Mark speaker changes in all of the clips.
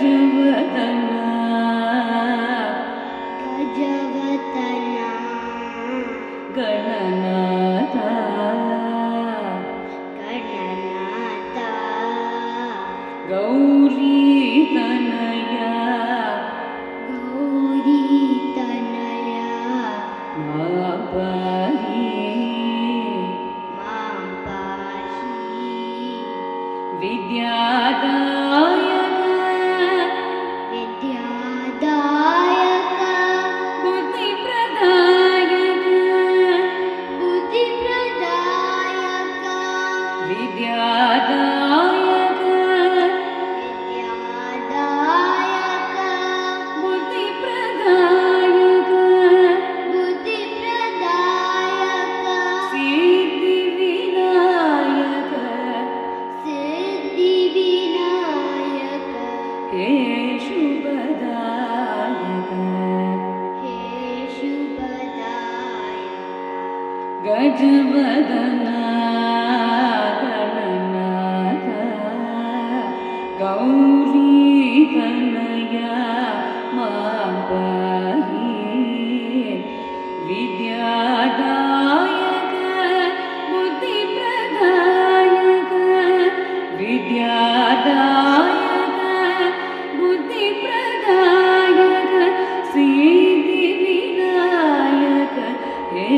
Speaker 1: गजवदना
Speaker 2: गजवतना
Speaker 1: गणनाथा
Speaker 2: गणनाता
Speaker 1: गौरीतनया
Speaker 2: गौरीतनया
Speaker 1: मा पाहि
Speaker 2: मां पाहि
Speaker 1: विद्यादायक
Speaker 2: विद्यादायक
Speaker 1: बुद्धिप्रदायक
Speaker 2: बुद्धिप्रदायक
Speaker 1: विद्यादायक
Speaker 2: विद्यादायक
Speaker 1: बुद्धिप्रदायक
Speaker 2: बुद्धिप्रदायक
Speaker 1: सिद्धिविनायक
Speaker 2: सिद्धिविनायक
Speaker 1: हे शुभदायक
Speaker 2: हे शुभदायक
Speaker 1: गजवदना गणनाथ गौरीकनया मापहि विद्यादायक बुद्धिप्रदायक विद्यादायक बुद्धिप्रदायक सिद्धिविनायक हे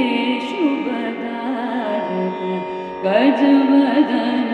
Speaker 1: शुभदायक गजवदन